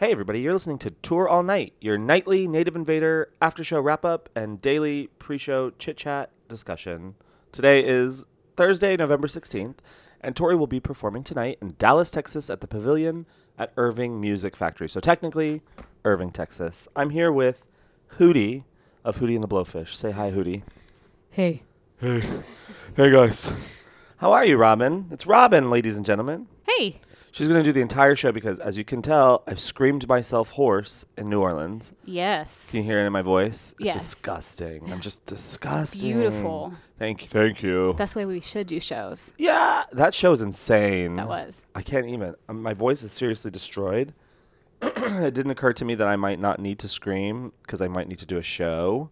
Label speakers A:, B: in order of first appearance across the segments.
A: Hey, everybody, you're listening to Tour All Night, your nightly Native Invader after show wrap up and daily pre show chit chat discussion. Today is Thursday, November 16th, and Tori will be performing tonight in Dallas, Texas at the Pavilion at Irving Music Factory. So, technically, Irving, Texas. I'm here with Hootie of Hootie and the Blowfish. Say hi, Hootie.
B: Hey.
C: Hey. Hey, guys.
A: How are you, Robin? It's Robin, ladies and gentlemen.
B: Hey.
A: She's going to do the entire show because, as you can tell, I've screamed myself hoarse in New Orleans.
B: Yes.
A: Can you hear it in my voice?
B: Yes.
A: It's disgusting. I'm just disgusting.
B: beautiful.
A: Thank you.
C: Thank you.
B: That's why we should do shows.
A: Yeah, that show's insane.
B: That was.
A: I can't even. Um, my voice is seriously destroyed. it didn't occur to me that I might not need to scream because I might need to do a show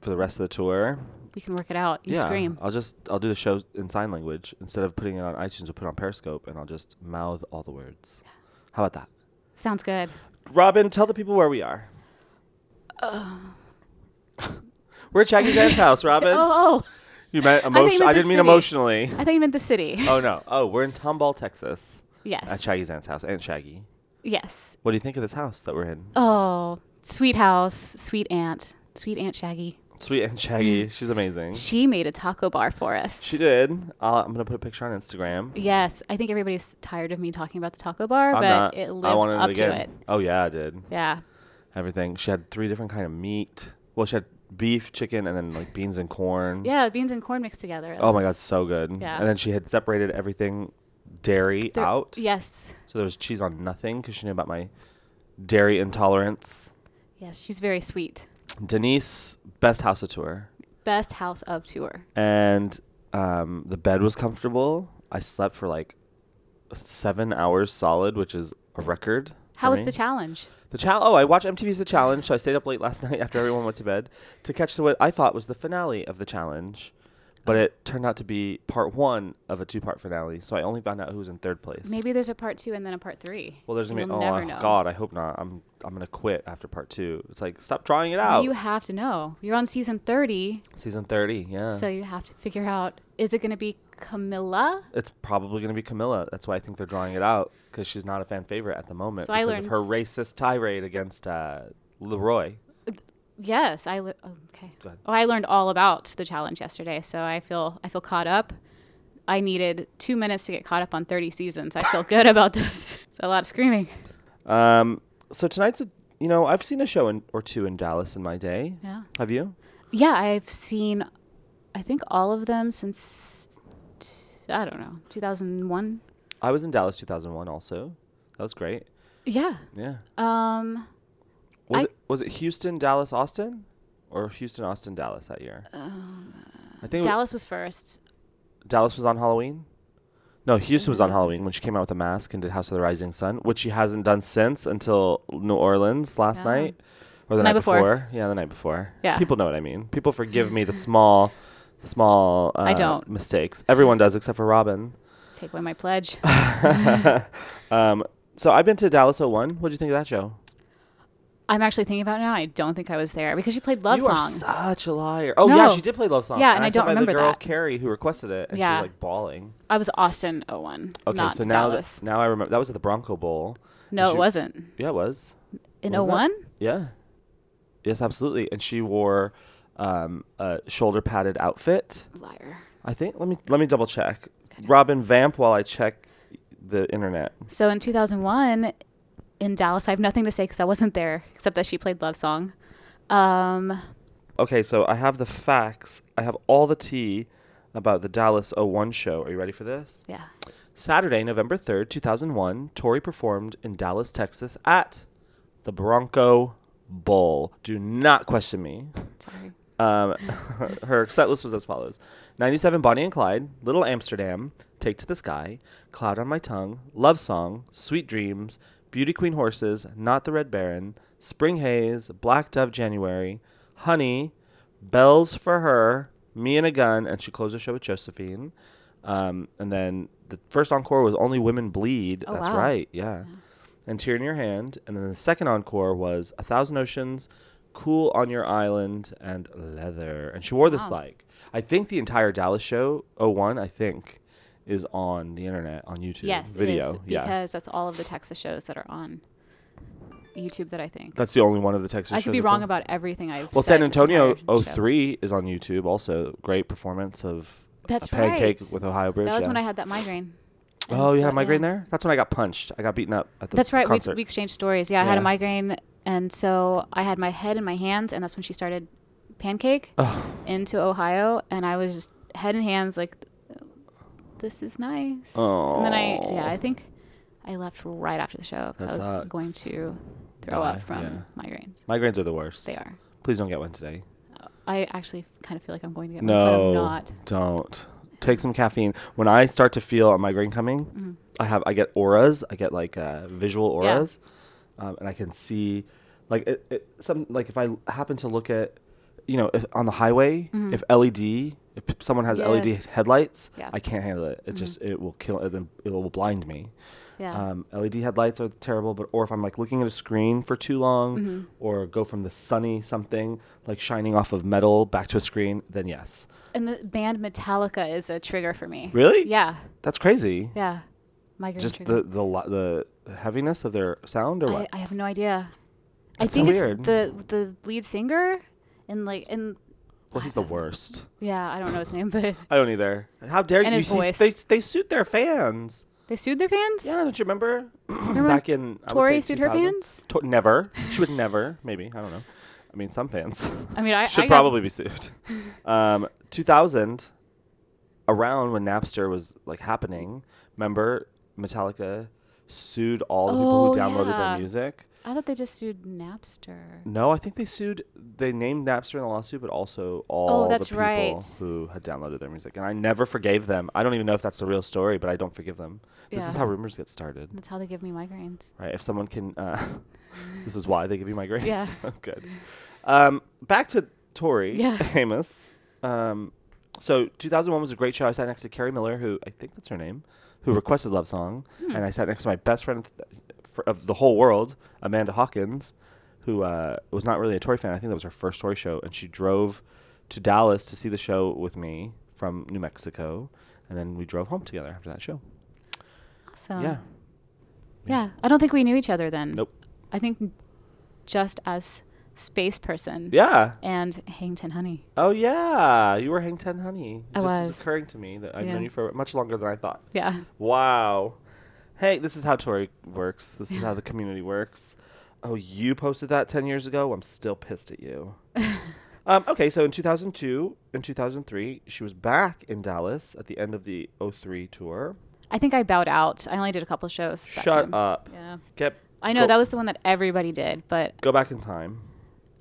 A: for the rest of the tour.
B: We can work it out. You
A: yeah, Uh,
B: scream.
A: I'll just I'll do the show in sign language instead of putting it on iTunes. We'll put it on Periscope and I'll just mouth all the words. How about that?
B: Sounds good.
A: Robin, tell the people where we are.
B: Uh.
A: We're at Shaggy Dan's house, Robin.
B: Oh,
A: You meant
B: think
A: emotionally.
B: with
A: I
B: the
A: didn't mean
B: city.
A: emotionally.
B: oh. I thought you meant the city.
A: Oh no. Oh, we're in Tomball, Texas,
B: yes.
A: at Shaggy Dan's house. Aunt Shaggy,
B: Yes.
A: what do you think of this house that we're in?
B: Oh, sweet house, sweet aunt, sweet aunt Shaggy.
A: Sweet Aunt
B: Mm.
A: Shaggy, she's amazing.
B: She made a taco bar for us.
A: She did. I'll, I'm gonna put a picture on Instagram.
B: Yes. I think everybody's tired of me talking about the taco bar,
A: I'm
B: but
A: not.
B: it lived
A: I wanted
B: up
A: it again. Mm-hmm.
B: to it.
A: Oh yeah, I did.
B: Yeah.
A: Everything. She had three different kind of meat. Well, she had beef, chicken, and then like beans and corn.
B: Yeah, beans and corn mixed together.
A: Oh my god, so good.
B: Yeah.
A: And then she had separated everything dairy
B: There-
A: out.
B: Yes.
A: So there was cheese on nothing because she knew about my dairy intolerance.
B: Yes, she's very sweet.
A: Denise, best house of tour.
B: Best house of tour.
A: And um, the bed was comfortable. I slept for like seven hours solid, which is a record.
B: How
A: for
B: was
A: me.
B: the challenge?
A: The challenge. Oh, I watched MTV's The Challenge, so I stayed up late last night after everyone went to bed to catch the what I thought was the finale of the challenge,
B: Oh.
A: but it turned out to be part one of a two-part finale. So I only found out who was in third place.
B: Maybe there's a part two and then a part three.
A: Well, there's gonna be.
B: You'll
A: Oh
B: never
A: uh,
B: know.
A: God, I hope not. I'm I'm gonna quit after part two. It's like stop drawing it out.
B: You have to know. You're on season 30,
A: Season thirty. Yeah.
B: so you have to figure out is it going to be Camilla?
A: it's probably going to be Camilla. That's why I think they're drawing it out because she's not a fan favorite at the moment
B: So I
A: because
B: learned-
A: of her racist tirade against uh, Leroy.
B: Yes, I le- oh, okay.
A: Go ahead.
B: Oh, I learned all about the challenge yesterday, so I feel I feel caught up. I needed 2 minutes to get caught up on 30 seasons. I feel good about this. It's a lot of screaming.
A: Um, so tonight's a you know I've seen a show in, or two in Dallas in my day.
B: Yeah.
A: Have you?
B: Yeah, I've seen I think all of them since t- I don't know, 2001.
A: I was in Dallas 2001 also. That was great.
B: Yeah.
A: Yeah.
B: Um
A: Was
B: I-
A: it was it Houston, Dallas, Austin, or Houston, Austin, Dallas that year?
B: uh,
A: I think it wa-
B: Dallas was first.
A: Dallas was on Halloween. No, Houston was on
B: Mm-hmm.
A: Halloween when she came out with a mask and did House of the Rising Sun, which she hasn't done since until New Orleans last
B: Yeah.
A: night or the
B: Night
A: night,
B: before.
A: before. Yeah, the night before.
B: Yeah.
A: people know what I mean. People forgive me the small, the small. Uh,
B: I don't.
A: mistakes. Everyone does except for Robin.
B: Take away my pledge.
A: Um, so I've been to Dallas 01. What do you think of that show?
B: I'm actually thinking about it now. I don't think I was there because she played love
A: you
B: song.
A: are such a liar. Oh yeah,
B: No.
A: she did play love song.
B: Yeah, and I
A: saw
B: don't
A: by
B: remember
A: the girl
B: that.
A: Carrie who requested it, and
B: Yeah.
A: she was like bawling.
B: I was Austin 01,
A: Okay,
B: not
A: so now
B: Dallas.
A: now I remember that was at the Bronco Bowl.
B: no,
A: she-
B: it wasn't.
A: Yeah, it was.
B: In
A: Was that-
B: 01?
A: Yeah. Yes, absolutely. And she wore um, a shoulder padded outfit.
B: Liar.
A: I think. Let me let me double check.
B: Okay.
A: Robin vamp while I check the internet.
B: So in 2001, in Dallas, I have nothing to say because I wasn't there, except that she played love song. Um,
A: Okay, so I have the facts. I have all the tea about the Dallas 01 show. Are you ready for this?
B: yeah.
A: Saturday, November 3rd, 2001, Tori performed in Dallas, Texas at the Bronco Bowl. Do not question me.
B: Sorry.
A: Um, her set list was as follows 97 Bonnie and Clyde, Little Amsterdam, Take to the Sky, Cloud on My Tongue, Love Song, Sweet Dreams, Beauty Queen Horses, Not the Red Baron, Spring Haze, Black Dove January, Honey, Bells for Her, Me and a Gun, and she closed the show with Josephine. Um, and then the first encore was Only Women Bleed.
B: Oh,
A: That's
B: wow.
A: right, yeah. And Tear in Your Hand. And then the second encore was A Thousand Oceans, Cool on Your Island, and Leather. And she wore this
B: Wow.
A: like, I think the entire Dallas show, 01, I think, is on the internet, on YouTube.
B: Yes,
A: Video.
B: it is,
A: yeah.
B: because that's all of the Texas shows that are on YouTube that I think.
A: That's the only one of the Texas.
B: I could
A: shows
B: be
A: that's
B: wrong
A: on.
B: about everything I've.
A: Well, San
B: said this
A: Antonio
B: entire show.
A: 03 is on YouTube. Also, great performance of
B: That's
A: a pancake
B: right.
A: with Ohio Bridge.
B: That was
A: yeah.
B: when I had that migraine. And
A: Oh, you
B: so,
A: had a migraine
B: yeah.
A: there. That's when I got punched. I got beaten up at the
B: That's right. We,
A: Concert.
B: we exchanged stories. Yeah, I had a
A: Yeah.
B: migraine, and so I had my head in my hands, and that's when she started pancake
A: Ugh.
B: into Ohio, and I was just head in hands like, this is nice.
A: Oh.
B: And then I yeah
A: Aw.
B: I think I left right after the show because
A: That
B: I was
A: sucks.
B: going to throw
A: Die,
B: up from
A: yeah.
B: migraines.
A: Migraines are the worst.
B: They are.
A: Please don't get one today.
B: I actually kind of feel like I'm going to get one, but
A: no,
B: I'm not.
A: don't. Take some caffeine. When I start to feel a migraine coming,
B: Mhm.
A: I have I get auras. I get like uh, visual auras, um, and I can see like it, it, some like if I l- happen to look at you know if, on the highway
B: Mhm.
A: if LED if p- someone has
B: Yes.
A: LED headlights,
B: Yeah.
A: I can't handle it. It
B: Mhm.
A: just it will kill it. It will blind me.
B: Yeah.
A: Um, LED headlights are terrible, but or if I'm like looking at a screen for too long,
B: Mhm.
A: or go from the sunny something like shining off of metal back to a screen, then yes,
B: and the band Metallica is a trigger for me.
A: Really?
B: Yeah.
A: that's crazy.
B: Yeah. Migraine
A: Just the
B: trigger.
A: the lo- the heaviness of their sound or
B: I,
A: what?
B: I have no idea. I
A: That's so
B: think it's
A: weird.
B: the the lead singer and like and
A: well, he's the worst.
B: yeah, I don't know his name, but
A: I don't either. How dare
B: And
A: you?
B: his
A: He's-
B: voice.
A: They they suit their fans.
B: they sued their fans.
A: Yeah, don't you remember?
B: Remember when
A: Back in I
B: Tori
A: would say
B: sued her
A: 2000?
B: fans.
A: To- never. She would never. Maybe I don't know. I mean, some fans.
B: I mean, I
A: should
B: I got-
A: probably be sued. Um, 2000, around when Napster was like happening, remember Metallica sued all the people
B: Oh,
A: who downloaded
B: yeah.
A: their music?
B: I thought they just sued Napster.
A: No, I think they sued. They named Napster in the lawsuit, but also all
B: Oh, that's
A: the people
B: right.
A: who had downloaded their music. And I never forgave them. I don't even know if that's the real story, but I don't forgive them. This is
B: Yeah.
A: how rumors get started,
B: That's how they give me migraines.
A: right? If someone can, uh, this is why they give you migraines. Oh,
B: Yeah.
A: good. Um, back to Tori
B: Yeah.
A: Amos. Um, so 2001 was a great show. I sat next to Carrie Miller, who I think that's her name, who requested Love Song,
B: Hmm.
A: and I sat next to my best friend of th- fr- of the whole world, Amanda Hawkins, who uh, was not really a Tori fan. I think that was her first Tori show, and she drove to Dallas to see the show with me from New Mexico, and then we drove home together after that show.
B: Awesome.
A: yeah.
B: Yeah. I don't think we knew each other then.
A: Nope.
B: I think just as space person.
A: Yeah.
B: And Hangton Honey.
A: Oh yeah, you were Hang Ten Honey. It
B: I
A: just
B: was.
A: occurring to me that I've
B: Yeah.
A: known you for much longer than I thought.
B: Yeah.
A: Wow. Hey, this is how Tori works. This is how the community works. Oh, you posted that 10 years ago? I'm still pissed at you. um, okay, so in 2002 and 2003, she was back in Dallas at the end of the 03 tour.
B: I think I bowed out. I only did a couple shows. That
A: Shut
B: time.
A: up.
B: Yeah.
A: Get,
B: I know
A: Go-
B: that was the one that everybody did, but
A: go back in time.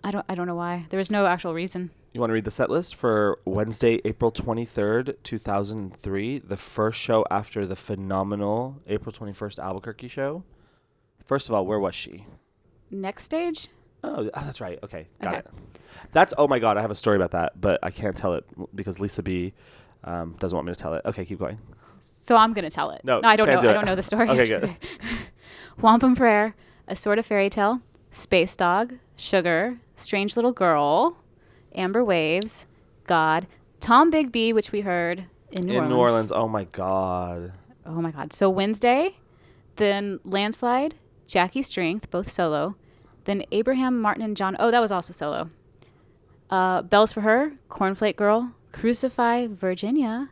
B: I don't I don't know why. There was no actual reason.
A: You want to read the set list for Wednesday, April 23rd, 2003, the first show after the phenomenal April 21st Albuquerque show? First of all, where was she?
B: Next stage?
A: Oh, th- oh, that's right. Okay, got
B: Okay.
A: it. That's oh my god, I have a story about that, but I can't tell it w- because Lisa B um, doesn't want me to tell it. Okay, keep going.
B: So I'm gonna tell it.
A: No,
B: I don't know.
A: can't do
B: I
A: it.
B: don't know the story.
A: Okay, good.
B: Wampum Prayer, a sort of fairy tale, Space Dog, Sugar, Strange Little Girl, Amber Waves, God, Tom Big B, which we heard in New
A: In
B: Orleans.
A: New Orleans, oh my god,
B: Oh my God. So Wednesday, then Landslide, Jackie Strength, both solo, then Abraham Martin and John. Oh, that was also solo. Uh, Bells for Her, Cornflake Girl, Crucify, Virginia,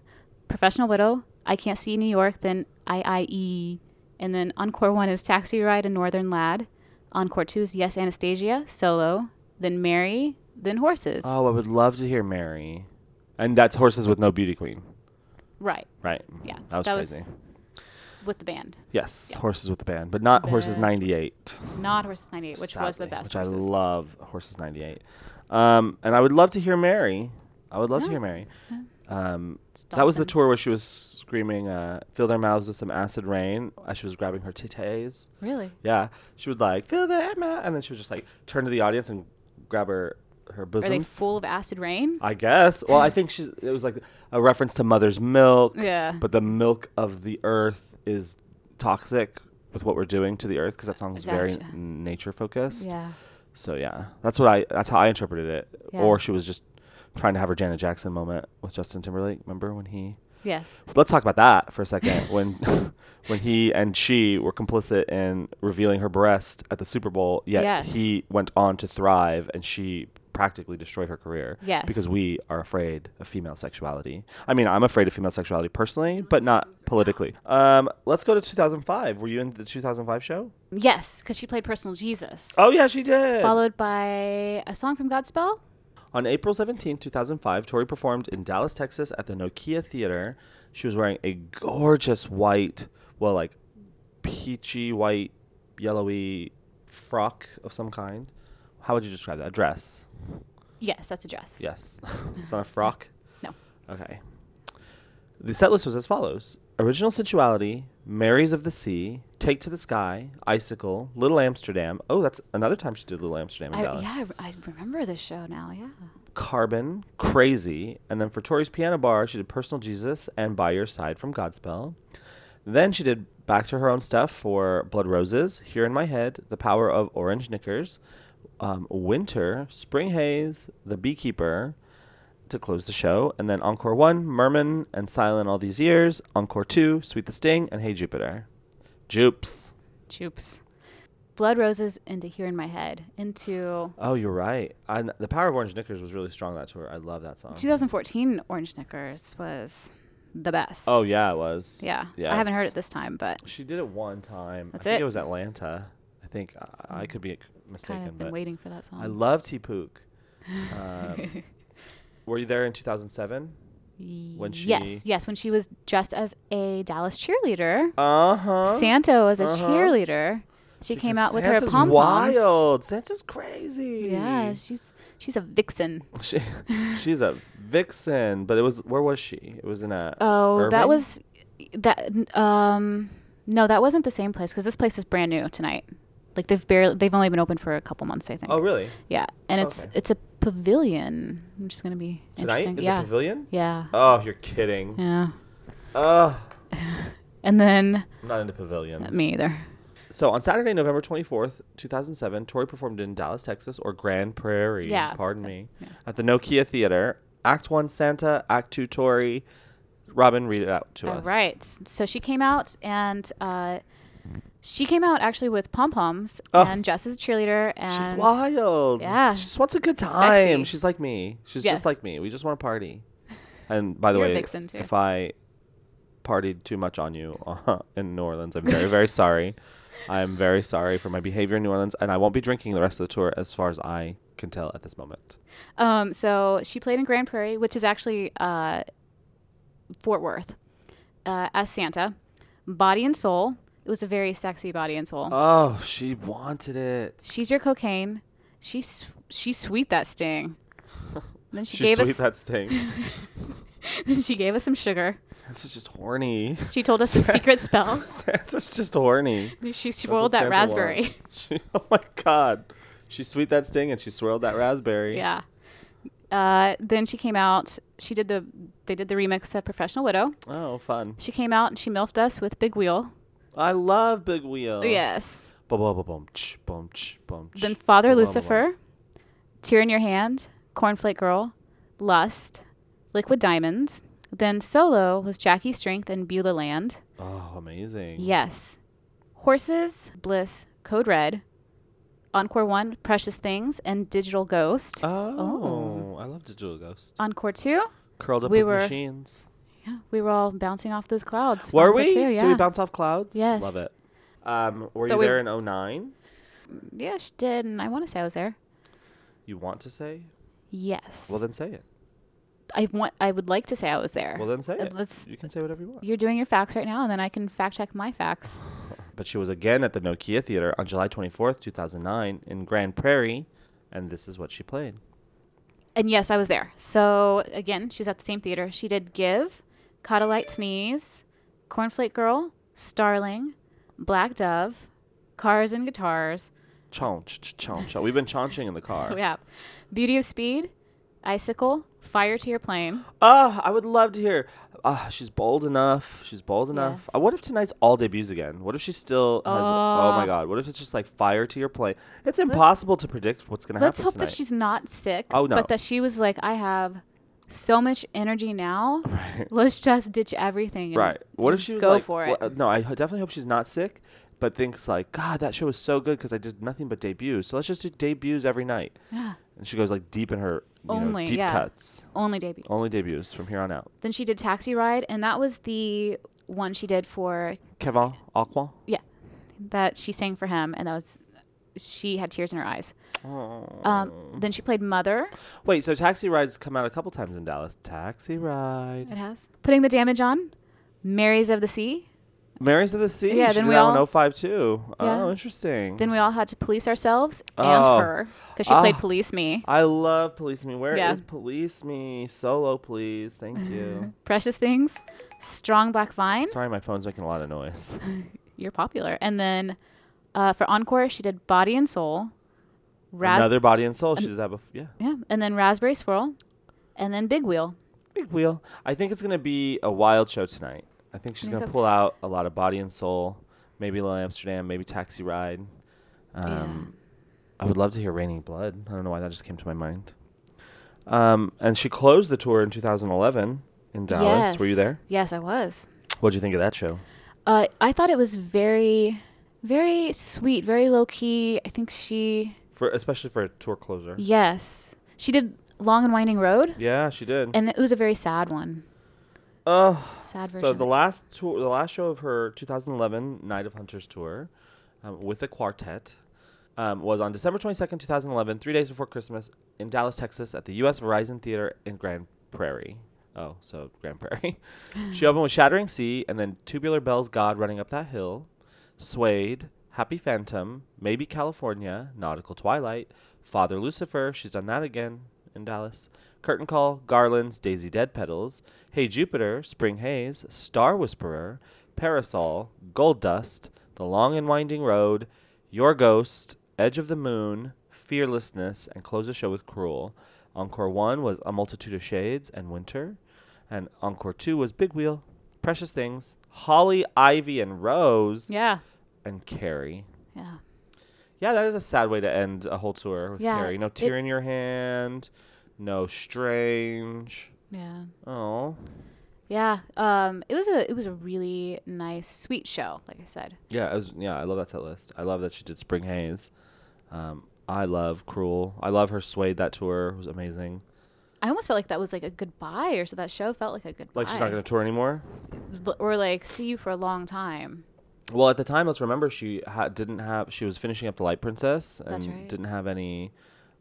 B: Professional Widow, I Can't See New York, then IIE. And then Encore 1 is Taxi Ride and Northern Lad. Encore 2 is Yes Anastasia, solo, then Mary, then Horses.
A: oh I would love to hear Mary, and that's horses with no beauty queen,
B: right.
A: right?
B: Yeah.
A: that was crazy.
B: with the band,
A: yes,
B: yeah.
A: horses with the band, but not horses
B: Best
A: ninety eight,
B: not Horses 98, which was the best
A: which
B: horses.
A: I love horses ninety eight, um, and I would love to hear Mary. I would love to
B: Yeah.
A: hear Mary.
B: Yeah.
A: Um,
B: It's
A: That was the
B: dolphins.
A: tour where she was screaming, uh, "Fill their mouths with some acid rain." As she was grabbing her titties,
B: Really?
A: yeah, she would like fill their mouth, and then she would just like turn to the audience and grab her her
B: Are they
A: bosoms.
B: full of acid rain?
A: I guess. Well, I think she. It was like a reference to mother's milk.
B: Yeah.
A: But the milk of the earth is toxic with what we're doing to the earth because that song is very
B: Gotcha.
A: nature focused.
B: Yeah.
A: So yeah, that's what I. That's how I interpreted it.
B: Yeah.
A: Or she was just trying to have her Janet Jackson moment with Justin Timberlake. Remember when he
B: Yes.
A: Let's talk about that for a second. When when he and she were complicit in revealing her breast at the Super Bowl, yet
B: Yes.
A: he went on to thrive and she practically destroyed her career.
B: Yes.
A: Because we are afraid of female sexuality. I mean, I'm afraid of female sexuality personally, but not politically. Um, let's go to 2005. Were you in the 2005 show?
B: Yes, because she played Personal Jesus.
A: Oh yeah, she did.
B: Followed by a song from Godspell.
A: On April 17, 2005, Tori performed in Dallas, Texas at the Nokia Theater. She was wearing a gorgeous white, well, like peachy white, yellowy frock of some kind. How would you describe that? A dress.
B: Yes, that's a dress.
A: Yes. it's not a frock.
B: No.
A: Okay. The set list was as follows Original Sensuality, Marys of the Sea, Take to the Sky, Icicle, Little Amsterdam. Oh, that's another time she did Little Amsterdam in
B: I,
A: Dallas.
B: yeah, I re- I, remember this show now. Yeah.
A: Carbon, Crazy, and then for Tori's Piano Bar, she did Personal Jesus and By Your Side from Godspell. Then she did back to her own stuff for Blood Roses, Here in My Head, The Power of Orange Knickers, um, Winter, Spring Haze, The Beekeeper to close the show, and then Encore 1, Merman, and Silent All These Years, Encore 2, Sweet the Sting, and Hey Jupiter. Jupes.
B: Joops. Blood Roses into Here in My Head. Into
A: Oh, you're right. And the Power of Orange Knickers was really strong that tour. I love that song.
B: 2014 Orange Knickers was the best.
A: Oh, yeah, it was.
B: yeah. I haven't heard
A: Yes.
B: it this time, but
A: She did it one time.
B: That's
A: I think it.
B: it.
A: was Atlanta. I think I, I could be c- mistaken,
B: kind of been
A: but
B: waiting for that song.
A: I love T Pook. Um, were you there in 2007?
B: when
A: she-
B: yes, yes, when she was dressed as a Dallas cheerleader,
A: Uh huh.
B: Santo as a
A: uh-huh.
B: cheerleader. She came out with her pom poms.
A: wild. Santa's crazy.
B: Yeah, she's she's a vixen.
A: She, she's a vixen, but it was where was she? It was in a.
B: Oh,
A: Irving?
B: that was that. Um, no, that wasn't the same place because this place is brand new tonight. Like they've barely they've only been open for a couple months, I think.
A: Oh really?
B: Yeah, and it's
A: Okay.
B: it's a pavilion, which is gonna be
A: Tonight
B: interesting.
A: is
B: yeah,
A: a pavilion.
B: yeah,
A: Oh, you're kidding.
B: yeah.
A: Oh,
B: And then
A: I'm not into pavilions.
B: me either.
A: So on Saturday, November 24th, 2007, Tori performed in Dallas, Texas, or Grand Prairie,
B: Yeah.
A: pardon me,
B: Yeah.
A: at the Nokia Theater. Act 1 Santa, Act 2 Tori. Robin, read it out to
B: All
A: us.
B: right. So she came out and uh, she came out actually with pom poms
A: Oh.
B: and dressed as a cheerleader and
A: She's wild.
B: Yeah.
A: She just wants a good
B: Sexy.
A: time. She's like me. She's just
B: Yes.
A: like me. We just want to party. And by the
B: You're a
A: way,
B: vixen, too.
A: if I partied too much on you uh, in New Orleans, I'm very, very sorry. I'm very sorry for my behavior in New Orleans, and I won't be drinking the rest of the tour as far as I can tell at this moment.
B: Um, so she played in Grand Prairie, which is actually uh, Fort Worth, uh, as Santa, body and soul. It was a very sexy body and soul.
A: Oh, she wanted it.
B: She's your cocaine. She s- she sweet that sting. then she,
A: She
B: gave
A: sweet
B: us
A: that sting.
B: she gave us some sugar.
A: Santa's just horny.
B: She told us the secret spells.
A: Santa's just horny.
B: She
A: That's what
B: swirled that
A: Santa
B: raspberry.
A: wants. She, oh my god. She sweet that sting and she swirled that raspberry.
B: Yeah. Uh, then she came out. She did the they did the remix of Professional Widow.
A: Oh, fun.
B: She came out and she milfed us with Big Wheel.
A: I love Big Wheel.
B: Yes.
A: Bum, bum, bum, bum, ch, bum, ch, bum, ch.
B: Oh, Then Father
A: Bum, bum,
B: Lucifer,
A: bum,
B: Tear in Your Hand, Cornflake Girl, Lust, Liquid Diamonds. Then solo was Jackie Strength and Beulah Land.
A: bum. Oh, amazing.
B: Yes. Horses, Bliss, Code Red, Encore One, Precious Things, and Digital Ghost.
A: Uh. Oh, I love Digital Ghost.
B: Encore Two,
A: Curled up
B: we
A: with
B: were-
A: machines.
B: yeah, we were all bouncing off those clouds. for
A: Were
B: Encore
A: we?
B: Two,
A: Did we
B: yeah.
A: bounce off clouds?
B: Yes.
A: Love it. Um, were
B: But
A: you
B: we-
A: there in 09?
B: Yeah, she did, and I want to say I was there.
A: You want to say?
B: Yes.
A: Well, then say it.
B: I want. I would like to say I was there.
A: Well, then say
B: Uh,
A: it.
B: Let's.
A: You can say whatever you want.
B: You're doing your facts right now, and then I can fact check my facts.
A: But she was again at the Nokia Theater on July 24th, 2009, in Grand Prairie, and this is what she played.
B: And yes, I was there. So again, she was at the same theater. She did give, Cotylite sneeze, cornflake girl, starling, black dove, cars and guitars.
A: Chaunch, ch- chaunch, chaunch. We've been chaunching in the car.
B: We have beauty of speed, icicle, fire to your plane.
A: Ah, I would love to hear. Ah, she's bold enough. She's bold enough.
B: Yes.
A: Uh, what if tonight's all debuts again? What if she still has? oh my
B: Oh.
A: God! What if it's just like fire to your plane? It's impossible to predict what's gonna
B: Let's
A: happen
B: hope
A: tonight.
B: that she's not sick.
A: Oh, no.
B: But that she was like, I have so much energy now.
A: Right.
B: Let's just ditch everything. And
A: Right. What if
B: just
A: she was
B: go
A: like,
B: for
A: wha-
B: it?
A: uh, no, I ho- definitely hope she's not sick, but thinks like, God, that show was so good because I did nothing but debuts. So let's just do debuts every night.
B: Yeah.
A: And she goes like deep in her you
B: Only,
A: know, deep
B: yeah.
A: cuts,
B: Only debut.
A: only debuts from here on out.
B: Then she did Taxi Ride, and that was the one she did for
A: Kevin Aqua.
B: yeah, that she sang for him, and that was she had tears in her eyes. Um,
A: Oh.
B: then she played Mother.
A: Wait, so Taxi Ride's come out a couple times in Dallas. Taxi Ride.
B: It has putting the damage on. Marys of the Sea.
A: Mary's of the Sea.
B: Yeah,
A: she
B: then
A: did
B: we
A: that
B: all-
A: one oh five too.
B: Yeah.
A: Oh, interesting.
B: Then we all had to police ourselves and
A: Oh.
B: her because she played
A: Ah.
B: police me.
A: I love Police Me. Where is
B: Yeah.
A: Police Me? Solo, please. Thank you.
B: Precious things, strong black vine.
A: Sorry, my phone's making a lot of noise.
B: You're popular. And then uh, for encore, she did body and soul. Ras-
A: Another Body and Soul. She did that before. Yeah.
B: Yeah, and then raspberry swirl, and then big wheel.
A: Big wheel. I think it's gonna be a wild show tonight. I think she's
B: Think
A: gonna
B: so?
A: pull out a lot of body and soul. Maybe Little Amsterdam. Maybe Taxi Ride. Um, I would love to hear Raining Blood. I don't know why that just came to my mind. Um, and she closed the tour in 2011 in Dallas. Were you there?
B: Yes, I was.
A: What did you think of that show?
B: Uh, I thought it was very, very sweet, very low key. I think she,
A: For especially for a tour closer.
B: yes, she did long and winding road,
A: Yeah, she did.
B: and it was a very sad one,
A: Oh,
B: sad version.
A: so the
B: of it.
A: last tour, the last show of her 2011 Night of Hunters tour, um, with a quartet, um, was on December 22nd, 2011, three days before Christmas, in Dallas, Texas, at the U.S. Verizon Theater in Grand Prairie. Oh, so Grand Prairie. she opened with Shattering Sea, and then Tubular Bells, God Running Up That Hill, Suede, Happy Phantom, Maybe California, Nautical Twilight, Father Lucifer. She's done that again in Dallas. Curtain Call, Garlands, Daisy Dead Petals, Hey Jupiter, Spring Haze, Star Whisperer, Parasol, Gold Dust, The Long and Winding Road, Your Ghost, Edge of the Moon, Fearlessness, and close the show with Cruel. Encore 1 was A Multitude of Shades and Winter, and Encore 2 was Big Wheel, Precious Things, Holly, Ivy, and Rose,
B: yeah,
A: and Carrie.
B: yeah,
A: Yeah, that is a sad way to end a whole tour with
B: Yeah,
A: Carrie. No
B: it-
A: tear in your hand, no strange.
B: yeah,
A: Oh,
B: yeah. Um, it was a, it was a really nice, sweet show. Like I said,
A: yeah, it was, yeah. I love that set list. I love that she did Spring Haze. Um, I love Cruel. I love her Suede. That tour was amazing.
B: I almost felt like that was like a goodbye, or so that show felt like a goodbye.
A: Like she's not going to tour anymore.
B: L- or like see you for a long time.
A: Well, at the time, let's remember she ha- didn't have. She was finishing up the Light Princess and
B: That's right.
A: didn't have any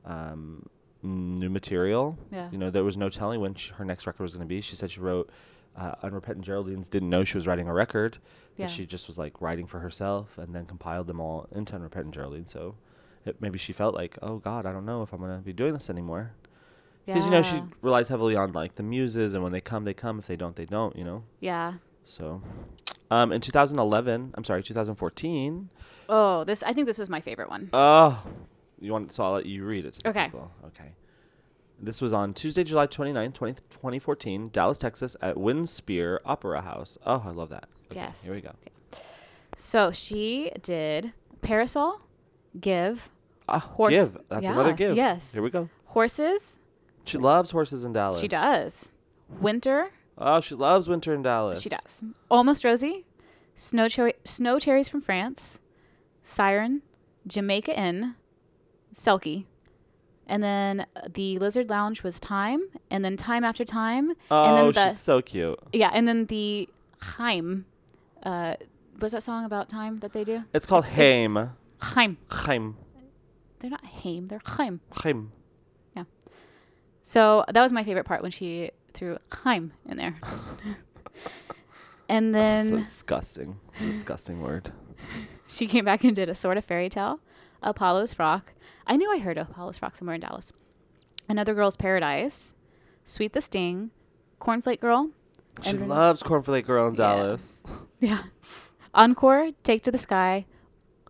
A: um, new material.
B: Yeah.
A: You know, there was no telling when sh her next record was going to be. She said she wrote uh, "Unrepentant Geraldines." Didn't know she was writing a record. Yeah.
B: Yeah.
A: She just was like writing for herself, and then compiled them all into "Unrepentant Geraldine." So it, maybe she felt like, "Oh God, I don't know if I'm going to be doing this anymore." Because you know she
B: Yeah.
A: relies heavily on like the muses, and when they come, they come. If they don't, they don't. You know.
B: Yeah.
A: So, um, in 2011, I'm sorry, 2014.
B: Oh, this I think this was my favorite one.
A: Oh, you want? So I'll let you read it. To the
B: Okay.
A: People. Okay. This was on Tuesday, July 29, 20, 2014, Dallas, Texas, at Windspear Opera House. Oh, I love that. Okay,
B: Yes.
A: Here we go.
B: So she did Parasol, Give,
A: Ah,
B: Horse-
A: give. That's another
B: yes,
A: give.
B: yes.
A: Here we go.
B: Horses.
A: She loves horses in Dallas.
B: She does. Winter.
A: Oh, she loves winter in Dallas.
B: She does. Almost Rosie. Snow, cherry, snow cherries from France. Siren. Jamaica Inn. Selkie. And then uh, the Lizard Lounge was Time. And then Time After Time.
A: Oh,
B: and then the
A: she's so cute.
B: yeah. And then the Heim. Uh, was that song about time that they do?
A: It's called Haim.
B: Heim.
A: Haim.
B: They're not Haim. They're Heim.
A: Haim.
B: So that was my favorite part when she threw Heim in there. and
A: so
B: then
A: disgusting. disgusting word.
B: she came back and did a sort of fairy tale, Apollo's Rock. I knew I heard Apollo's Rock somewhere in Dallas. Another Girl's Paradise, Sweet the Sting, Cornflake Girl.
A: She
B: then-
A: loves Cornflake Girl in
B: Yeah.
A: Dallas.
B: Yeah. Encore, Take to the Sky,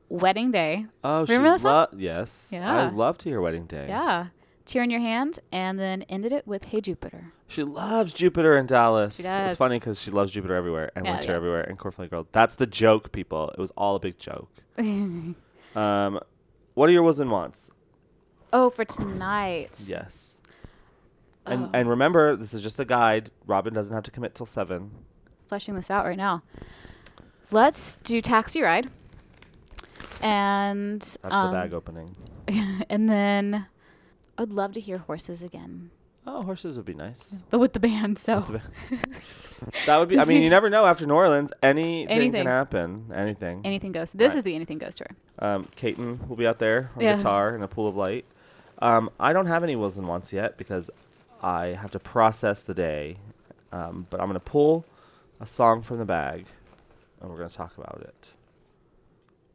B: Wedding Day.
A: Oh,
B: Remember that
A: she
B: song?
A: lo- yes. I
B: Yeah.
A: love to hear Wedding Day.
B: Yeah. Tear in Your Hand, and then ended it with Hey Jupiter.
A: She loves Jupiter in Dallas.
B: She does.
A: It's funny because she loves Jupiter everywhere and
B: Yeah,
A: Winter
B: yeah.
A: everywhere and Cornflake Girl. That's the joke, people. It was all a big joke. Um, what are your wills and wants?
B: oh, for tonight.
A: Yes. And
B: Oh.
A: and remember, this is just a guide. Robin doesn't have to commit till seven.
B: fleshing this out right now. Let's do taxi ride, and
A: That's the bag opening.
B: um, and then I'd love to hear horses again,
A: Oh, horses would be nice.
B: but with the band. So
A: That would be. I mean, you never know. After New Orleans, anything,
B: Anything.
A: can happen. Anything.
B: anything goes. This
A: Right.
B: is the anything goes tour.
A: Um, Caton will be out there on
B: Yeah.
A: guitar in a pool of light. Um, I don't have any wills and wants yet because I have to process the day. Um, but I'm gonna pull a song from the bag, and we're gonna talk about it.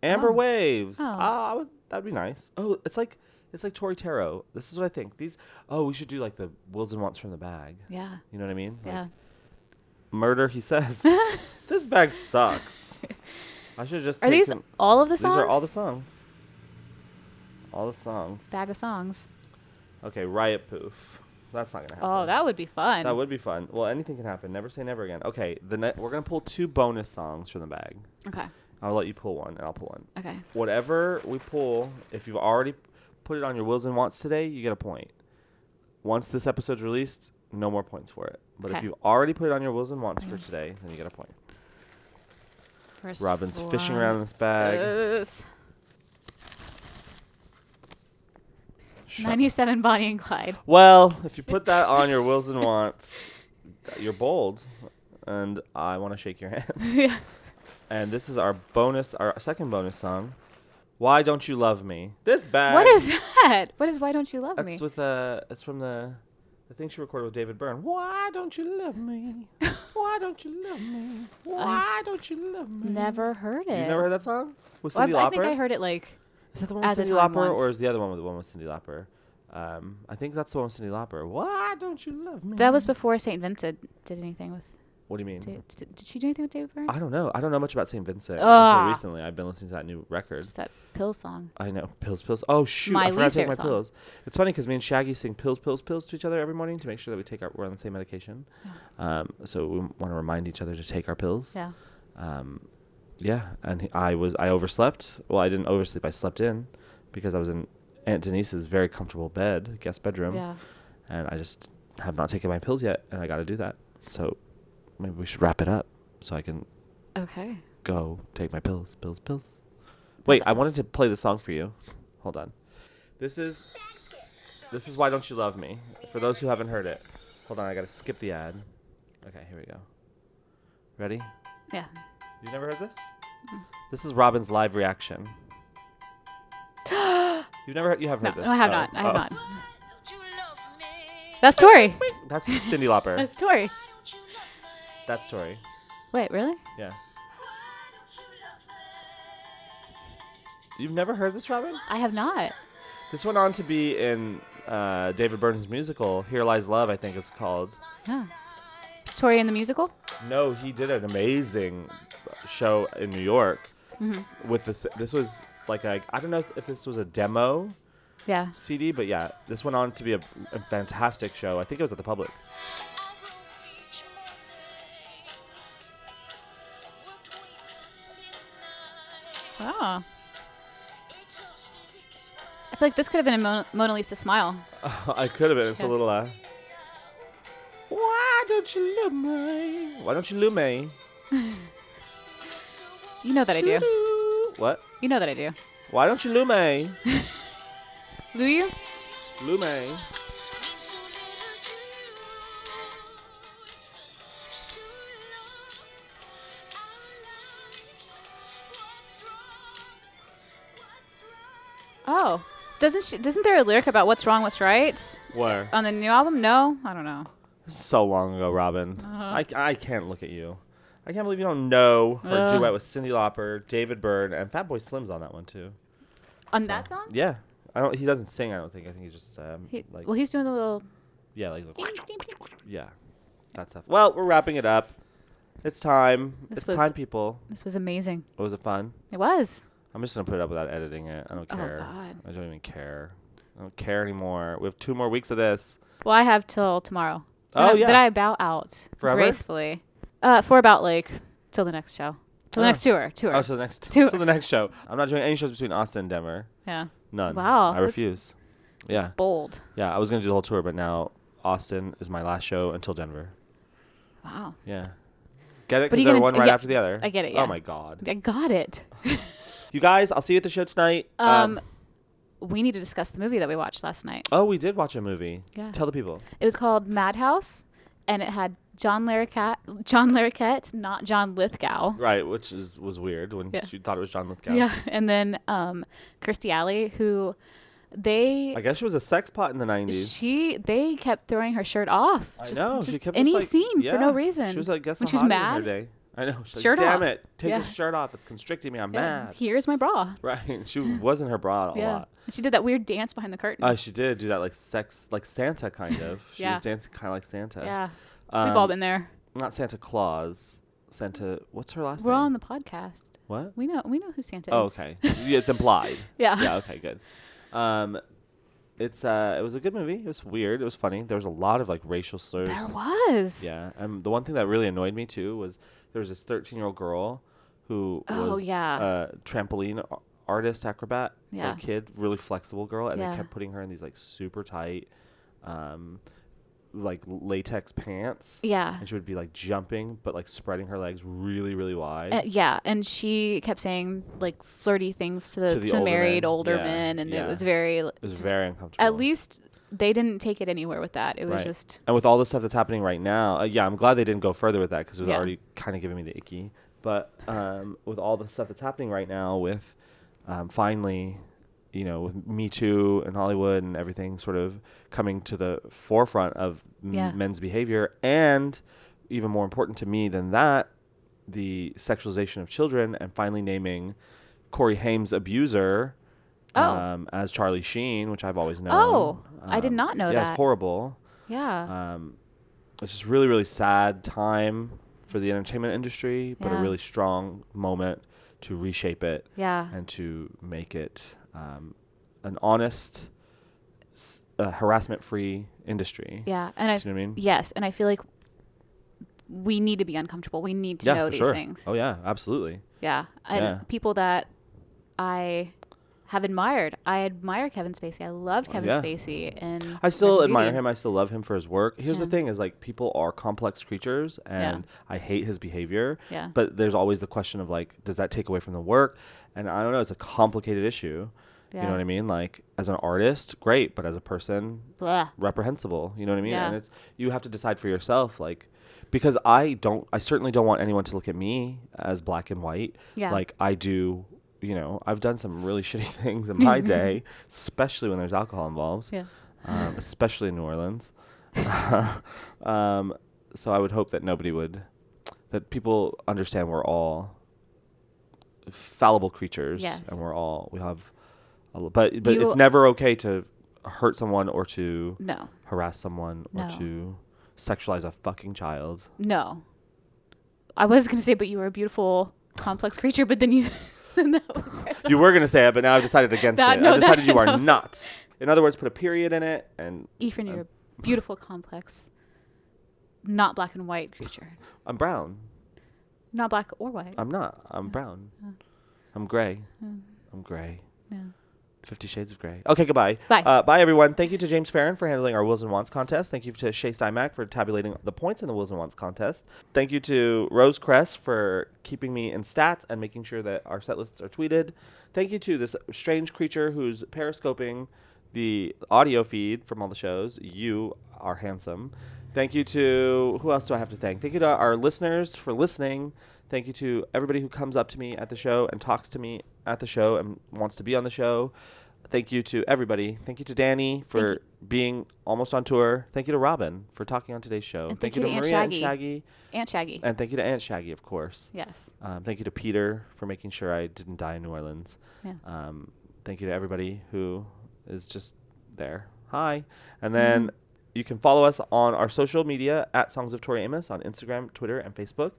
A: Amber
B: Oh.
A: Waves.
B: Oh.
A: Ah, I would, that'd be nice. Oh, it's like it's like Tori Taro. This is what I think. These. Oh, we should do like the wills and wants from the bag.
B: Yeah,
A: You know what I mean? Like,
B: yeah.
A: Murder. He says. this bag sucks. I should just.
B: Are these
A: taken-
B: all of the songs?
A: these are all the songs. All the songs.
B: bag of songs.
A: okay, Riot Poof. That's not gonna happen.
B: Oh, that would be fun.
A: that would be fun. Well, anything can happen. Never say never again. Okay, the ne- we're gonna pull two bonus songs from the bag.
B: Okay.
A: I'll let you pull one, and I'll pull one.
B: Okay.
A: Whatever we pull, if you've already put it on your wills and wants today, you get a point. Once this episode's released, no more points for it. But if
B: Okay.
A: you've already put it on your wills and wants for today, then you get a point.
B: First
A: Robin's fishing
B: one Uh,
A: around in this bag.
B: is
A: Shut up.
B: 97 Bonnie and Clyde.
A: Well, if you put that on your wills and wants, you're bold, and I want to shake your hand.
B: yeah.
A: And this is our bonus, our second bonus song. Why don't you love me? This bag.
B: What is that? What is Why Don't You Love
A: That's
B: Me?
A: with uh, it's from the, the thing she recorded with David Byrne. Why don't you love me? Why don't you love me? Why don't you love me?
B: Never heard it.
A: You never heard that song with
B: Well,
A: Cindy
B: I, I
A: Lauper?
B: think I heard it like
A: Is that the one with
B: As a
A: Cindy
B: Time
A: Lauper, or
B: Once.
A: is the other one with the one with Cindy Lauper? Um, I think that's the one with Cindy Lauper. Why don't you love me?
B: that was before St. Vincent did anything with.
A: What do you mean?
B: Did, did, did she do anything with David Byrne?
A: I don't know. I don't know much about St. Vincent until
B: Ah.
A: recently. I've been listening to that new record.
B: Just that pill song.
A: I know pills, pills. Oh shoot!
B: My
A: I forgot
B: least
A: to take
B: favorite
A: my
B: song.
A: pills. It's funny because me and Shaggy sing pills, pills, pills to each other every morning to make sure that we take our we're on the same medication. Um, so we want to remind each other to take our pills.
B: Yeah.
A: Um, yeah. And he- I was I overslept. Well, I didn't oversleep. I slept in because I was in Aunt Denise's very comfortable bed, guest bedroom,
B: Yeah.
A: and I just have not taken my pills yet, and I got to do that. So maybe we should wrap it up so I can
B: Okay.
A: go take my pills, pills, pills. Wait, I wanted to play the song for you. Hold on. This is this is why don't you love me? For those who haven't heard it. Hold on, I gotta skip the ad. Okay, here we go. Ready?
B: Yeah.
A: You never heard this?
B: Mm.
A: This is Robin's live reaction. You've never heard, you have
B: No,
A: heard this.
B: no, I have
A: Oh,
B: not. I have
A: oh.
B: not. That's Tori.
A: That's Cindy Lauper.
B: That's Tori.
A: That's Tori.
B: Wait, really?
A: Yeah. You've never heard this, Robin?
B: I have not.
A: This went on to be in uh, David Byrne's musical, Here Lies Love, I think it's called.
B: Yeah. Is Tori in the musical?
A: No, he did an amazing show in New York with this. This was like a, I don't know if, if this was a demo
B: Yeah.
A: CD, but yeah, this went on to be a, a fantastic show. I think it was at the public.
B: Wow. I feel like this could have been a Mon- Mona Lisa smile.
A: I could have been. It's a
B: Yeah.
A: little. Uh, Why don't you love me? Why don't you love me?
B: You know that I do.
A: What?
B: You know that I do.
A: Why don't you love me?
B: Do you?
A: Love me.
B: Oh. Doesn't she, doesn't there a lyric about what's wrong, what's right
A: Where?
B: on the new album? No, I don't know.
A: So long ago, Robin.
B: Oh.
A: I, I can't look at you. I can't believe you don't know her
B: Ugh.
A: duet with Cindy Lauper, David Byrne, and Fat Boy Slim's on that one too.
B: On that song?
A: Yeah, I don't. He doesn't sing. I don't think. I think he just um,
B: He,
A: like
B: well, he's doing the little.
A: yeah, like yeah, that stuff. Well, we're wrapping it up. It's time.
B: This
A: it's
B: was-
A: time, people.
B: This was amazing.
A: Oh, was it fun?
B: It was.
A: I'm just gonna put it up without editing it. I don't
B: Oh,
A: care.
B: God.
A: I don't even care. I don't care anymore. We have two more weeks of this.
B: Well, I have till tomorrow. Then
A: Oh,
B: I,
A: yeah.
B: Then I bow out
A: Forever?
B: gracefully. Uh, for about like till the next show, till the
A: Oh.
B: next tour, tour.
A: Oh, till the next
B: Two-
A: till the next show. I'm not doing any shows between Austin and Denver.
B: yeah.
A: None.
B: Wow,
A: I
B: that's-
A: refuse. Yeah.
B: Bold.
A: Yeah, I was gonna do the whole tour, but now Austin is my last show until Denver.
B: Wow.
A: Yeah. Get it?
B: But
A: Because
B: you
A: they're
B: gonna-
A: one right
B: yeah,
A: after the other.
B: I get it,
A: Oh
B: yeah.
A: my god.
B: I got it.
A: You guys, I'll see you at the show tonight.
B: Um, we need to discuss the movie that we watched last night.
A: oh, we did watch a movie.
B: Yeah.
A: Tell the people.
B: It was called Madhouse, and it had John Larroquette, John Larroquette, not John Lithgow.
A: Right, which is was weird when
B: Yeah.
A: you thought it was John Lithgow.
B: Yeah, and then um, Kirstie Alley, who they
A: I guess she was a sex pot in the 90s.
B: she they kept throwing her shirt off.
A: I
B: Just,
A: know.
B: just
A: she kept
B: any
A: just, like-
B: scene for no
A: yeah.
B: reason.
A: She was like, guess
B: when
A: a
B: she was
A: hottie in
B: mad.
A: her day. I know. She's
B: Shirt
A: like, damn
B: off.
A: it. Take
B: Yeah.
A: your shirt off. It's constricting me. I'm
B: yeah,
A: mad.
B: Here's my bra.
A: Right. She wasn't her bra a
B: yeah,
A: lot.
B: And she did that weird dance behind the curtain.
A: Uh, she did do that like sex, like Santa kind of. She
B: Yeah.
A: was dancing kind of like Santa.
B: yeah,
A: Um,
B: we've all been there.
A: Not Santa Claus. Santa. What's her last
B: We're
A: name?
B: all on the podcast.
A: what?
B: We know we know who Santa
A: Oh,
B: is.
A: okay. Yeah, it's implied.
B: Yeah.
A: Yeah. Okay. Good. Um, it's uh, it was a good movie. It was weird. It was funny. There was a lot of like racial slurs.
B: There was.
A: Yeah. Um, the one thing that really annoyed me too was there was this 13 year old girl who
B: Oh,
A: was
B: yeah.
A: a trampoline a- artist, acrobat, like,
B: Yeah.
A: kid, really flexible girl, and
B: Yeah.
A: they kept putting her in these like super tight, um, like latex pants.
B: Yeah.
A: And she would be like jumping, but like spreading her legs really, really wide.
B: Uh, yeah, and she kept saying like flirty things to the,
A: To
B: to
A: the older
B: married
A: men.
B: older
A: Yeah,
B: men, and
A: yeah.
B: it was very.
A: it was very uncomfortable.
B: At least they didn't take it anywhere with that. It was
A: Right.
B: just
A: and with all the stuff that's happening right now, uh, yeah, I'm glad they didn't go further with that because it was
B: Yeah.
A: already kind of giving me the icky. But um, with all the stuff that's happening right now, with um, finally, you know, with Me Too and Hollywood and everything sort of coming to the forefront of m-
B: Yeah.
A: men's behavior, and even more important to me than that, the sexualization of children, and finally naming Corey Haim's abuser.
B: Oh.
A: Um, as Charlie Sheen, which I've always known. Um,
B: Oh, I did not know
A: yeah, It's
B: that.
A: horrible.
B: yeah,
A: Um, it's just really, really sad time for the entertainment industry, but a
B: Yeah.
A: really strong moment to reshape it
B: yeah,
A: and to make it um, an honest, s- uh, harassment-free industry.
B: yeah. And I
A: Do you know what I mean?
B: yes, and I feel like we need to be uncomfortable. We need to
A: Yeah,
B: know
A: for
B: these
A: sure.
B: things.
A: Oh yeah, absolutely.
B: Yeah. And
A: Yeah.
B: people that I have admired. I admire Kevin Spacey. I love Kevin
A: Oh, yeah.
B: Spacey, and
A: I still
B: I'm
A: admire
B: reading-
A: him. I still love him for his work. Here's the
B: Yeah.
A: thing: is like people are complex creatures, and I hate his behavior.
B: Yeah.
A: But there's always the question of like, does that take away from the work? And I don't know. It's a complicated issue. You
B: Yeah.
A: know what I mean? Like as an artist, great, but as a person,
B: Blah.
A: reprehensible. You know what I mean?
B: Yeah.
A: And it's you have to decide for yourself, like because I don't I certainly don't want anyone to look at me as black and white.
B: Yeah.
A: Like I do you know, I've done some really shitty things in my day, especially when there's alcohol involved.
B: Yeah.
A: Um, especially in New Orleans. um, so I would hope that nobody would that people understand we're all fallible creatures
B: Yes.
A: and we're all we have a, l- but but
B: You-
A: it's never okay to hurt someone or to
B: No.
A: harass someone
B: No.
A: or to sexualize a fucking child.
B: No. I was gonna say, but you were a beautiful, complex creature. But then you, no,
A: You were gonna say it, but now I've decided against
B: That-
A: it.
B: no,
A: I've decided
B: that-
A: you are
B: no.
A: not. In other words, put a period in it and
B: Ethan, you're
A: Uh.
B: a beautiful, complex, not black and white creature.
A: I'm brown.
B: Not black or white.
A: I'm not.
B: Uh,
A: I'm brown. I'm gray. I'm gray.
B: Yeah.
A: Fifty Shades of Grey. Okay, goodbye.
B: Bye.
A: Uh, bye, everyone. Thank you to James Farron for handling our Wills and Wants contest. Thank you to Shay Steinmack for tabulating the points in the Wills and Wants contest. Thank you to Rose Crest for keeping me in stats and making sure that our set lists are tweeted. Thank you to this strange creature who's periscoping the audio feed from all the shows. You are handsome. Thank you to who else do I have to thank? Thank you to our listeners for listening. Thank you to everybody who comes up to me at the show and talks to me at the show and wants to be on the show. Thank you to everybody. Thank you to Danny for
B: you.
A: being almost on tour. Thank you to Robin for talking on today's show.
B: And
A: oh, thank,
B: thank
A: you,
B: you
A: to,
B: to Aunt
A: Maria and
B: Shaggy.
A: Shaggy.
B: Aunt Shaggy.
A: And thank you to Aunt Shaggy, of course.
B: yes.
A: Um, thank you to Peter for making sure I didn't die in New Orleans.
B: Yeah.
A: Um, thank you to everybody who is just there. Hi. And then
B: Mm-hmm.
A: you can follow us on our social media at Songs of Tori Amos on Instagram, Twitter, and Facebook.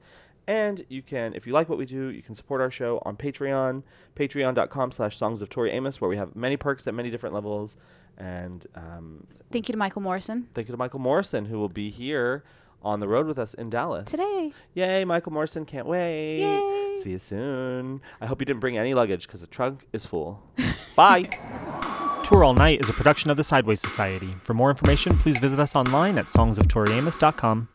A: And you can, if you like what we do, you can support our show on Patreon, patreon.com slash songs of Tori Amos, where we have many perks at many different levels. And um,
B: Thank you to Michael Morrison.
A: thank you to Michael Morrison, who will be here on the road with us in Dallas.
B: Today.
A: Yay, Michael Morrison, can't wait.
B: Yay.
A: See you soon. I hope you didn't bring any luggage because the trunk is full. Bye. Tour All Night is a production of the Sideways Society. For more information, please visit us online at songsoftoriamus.com.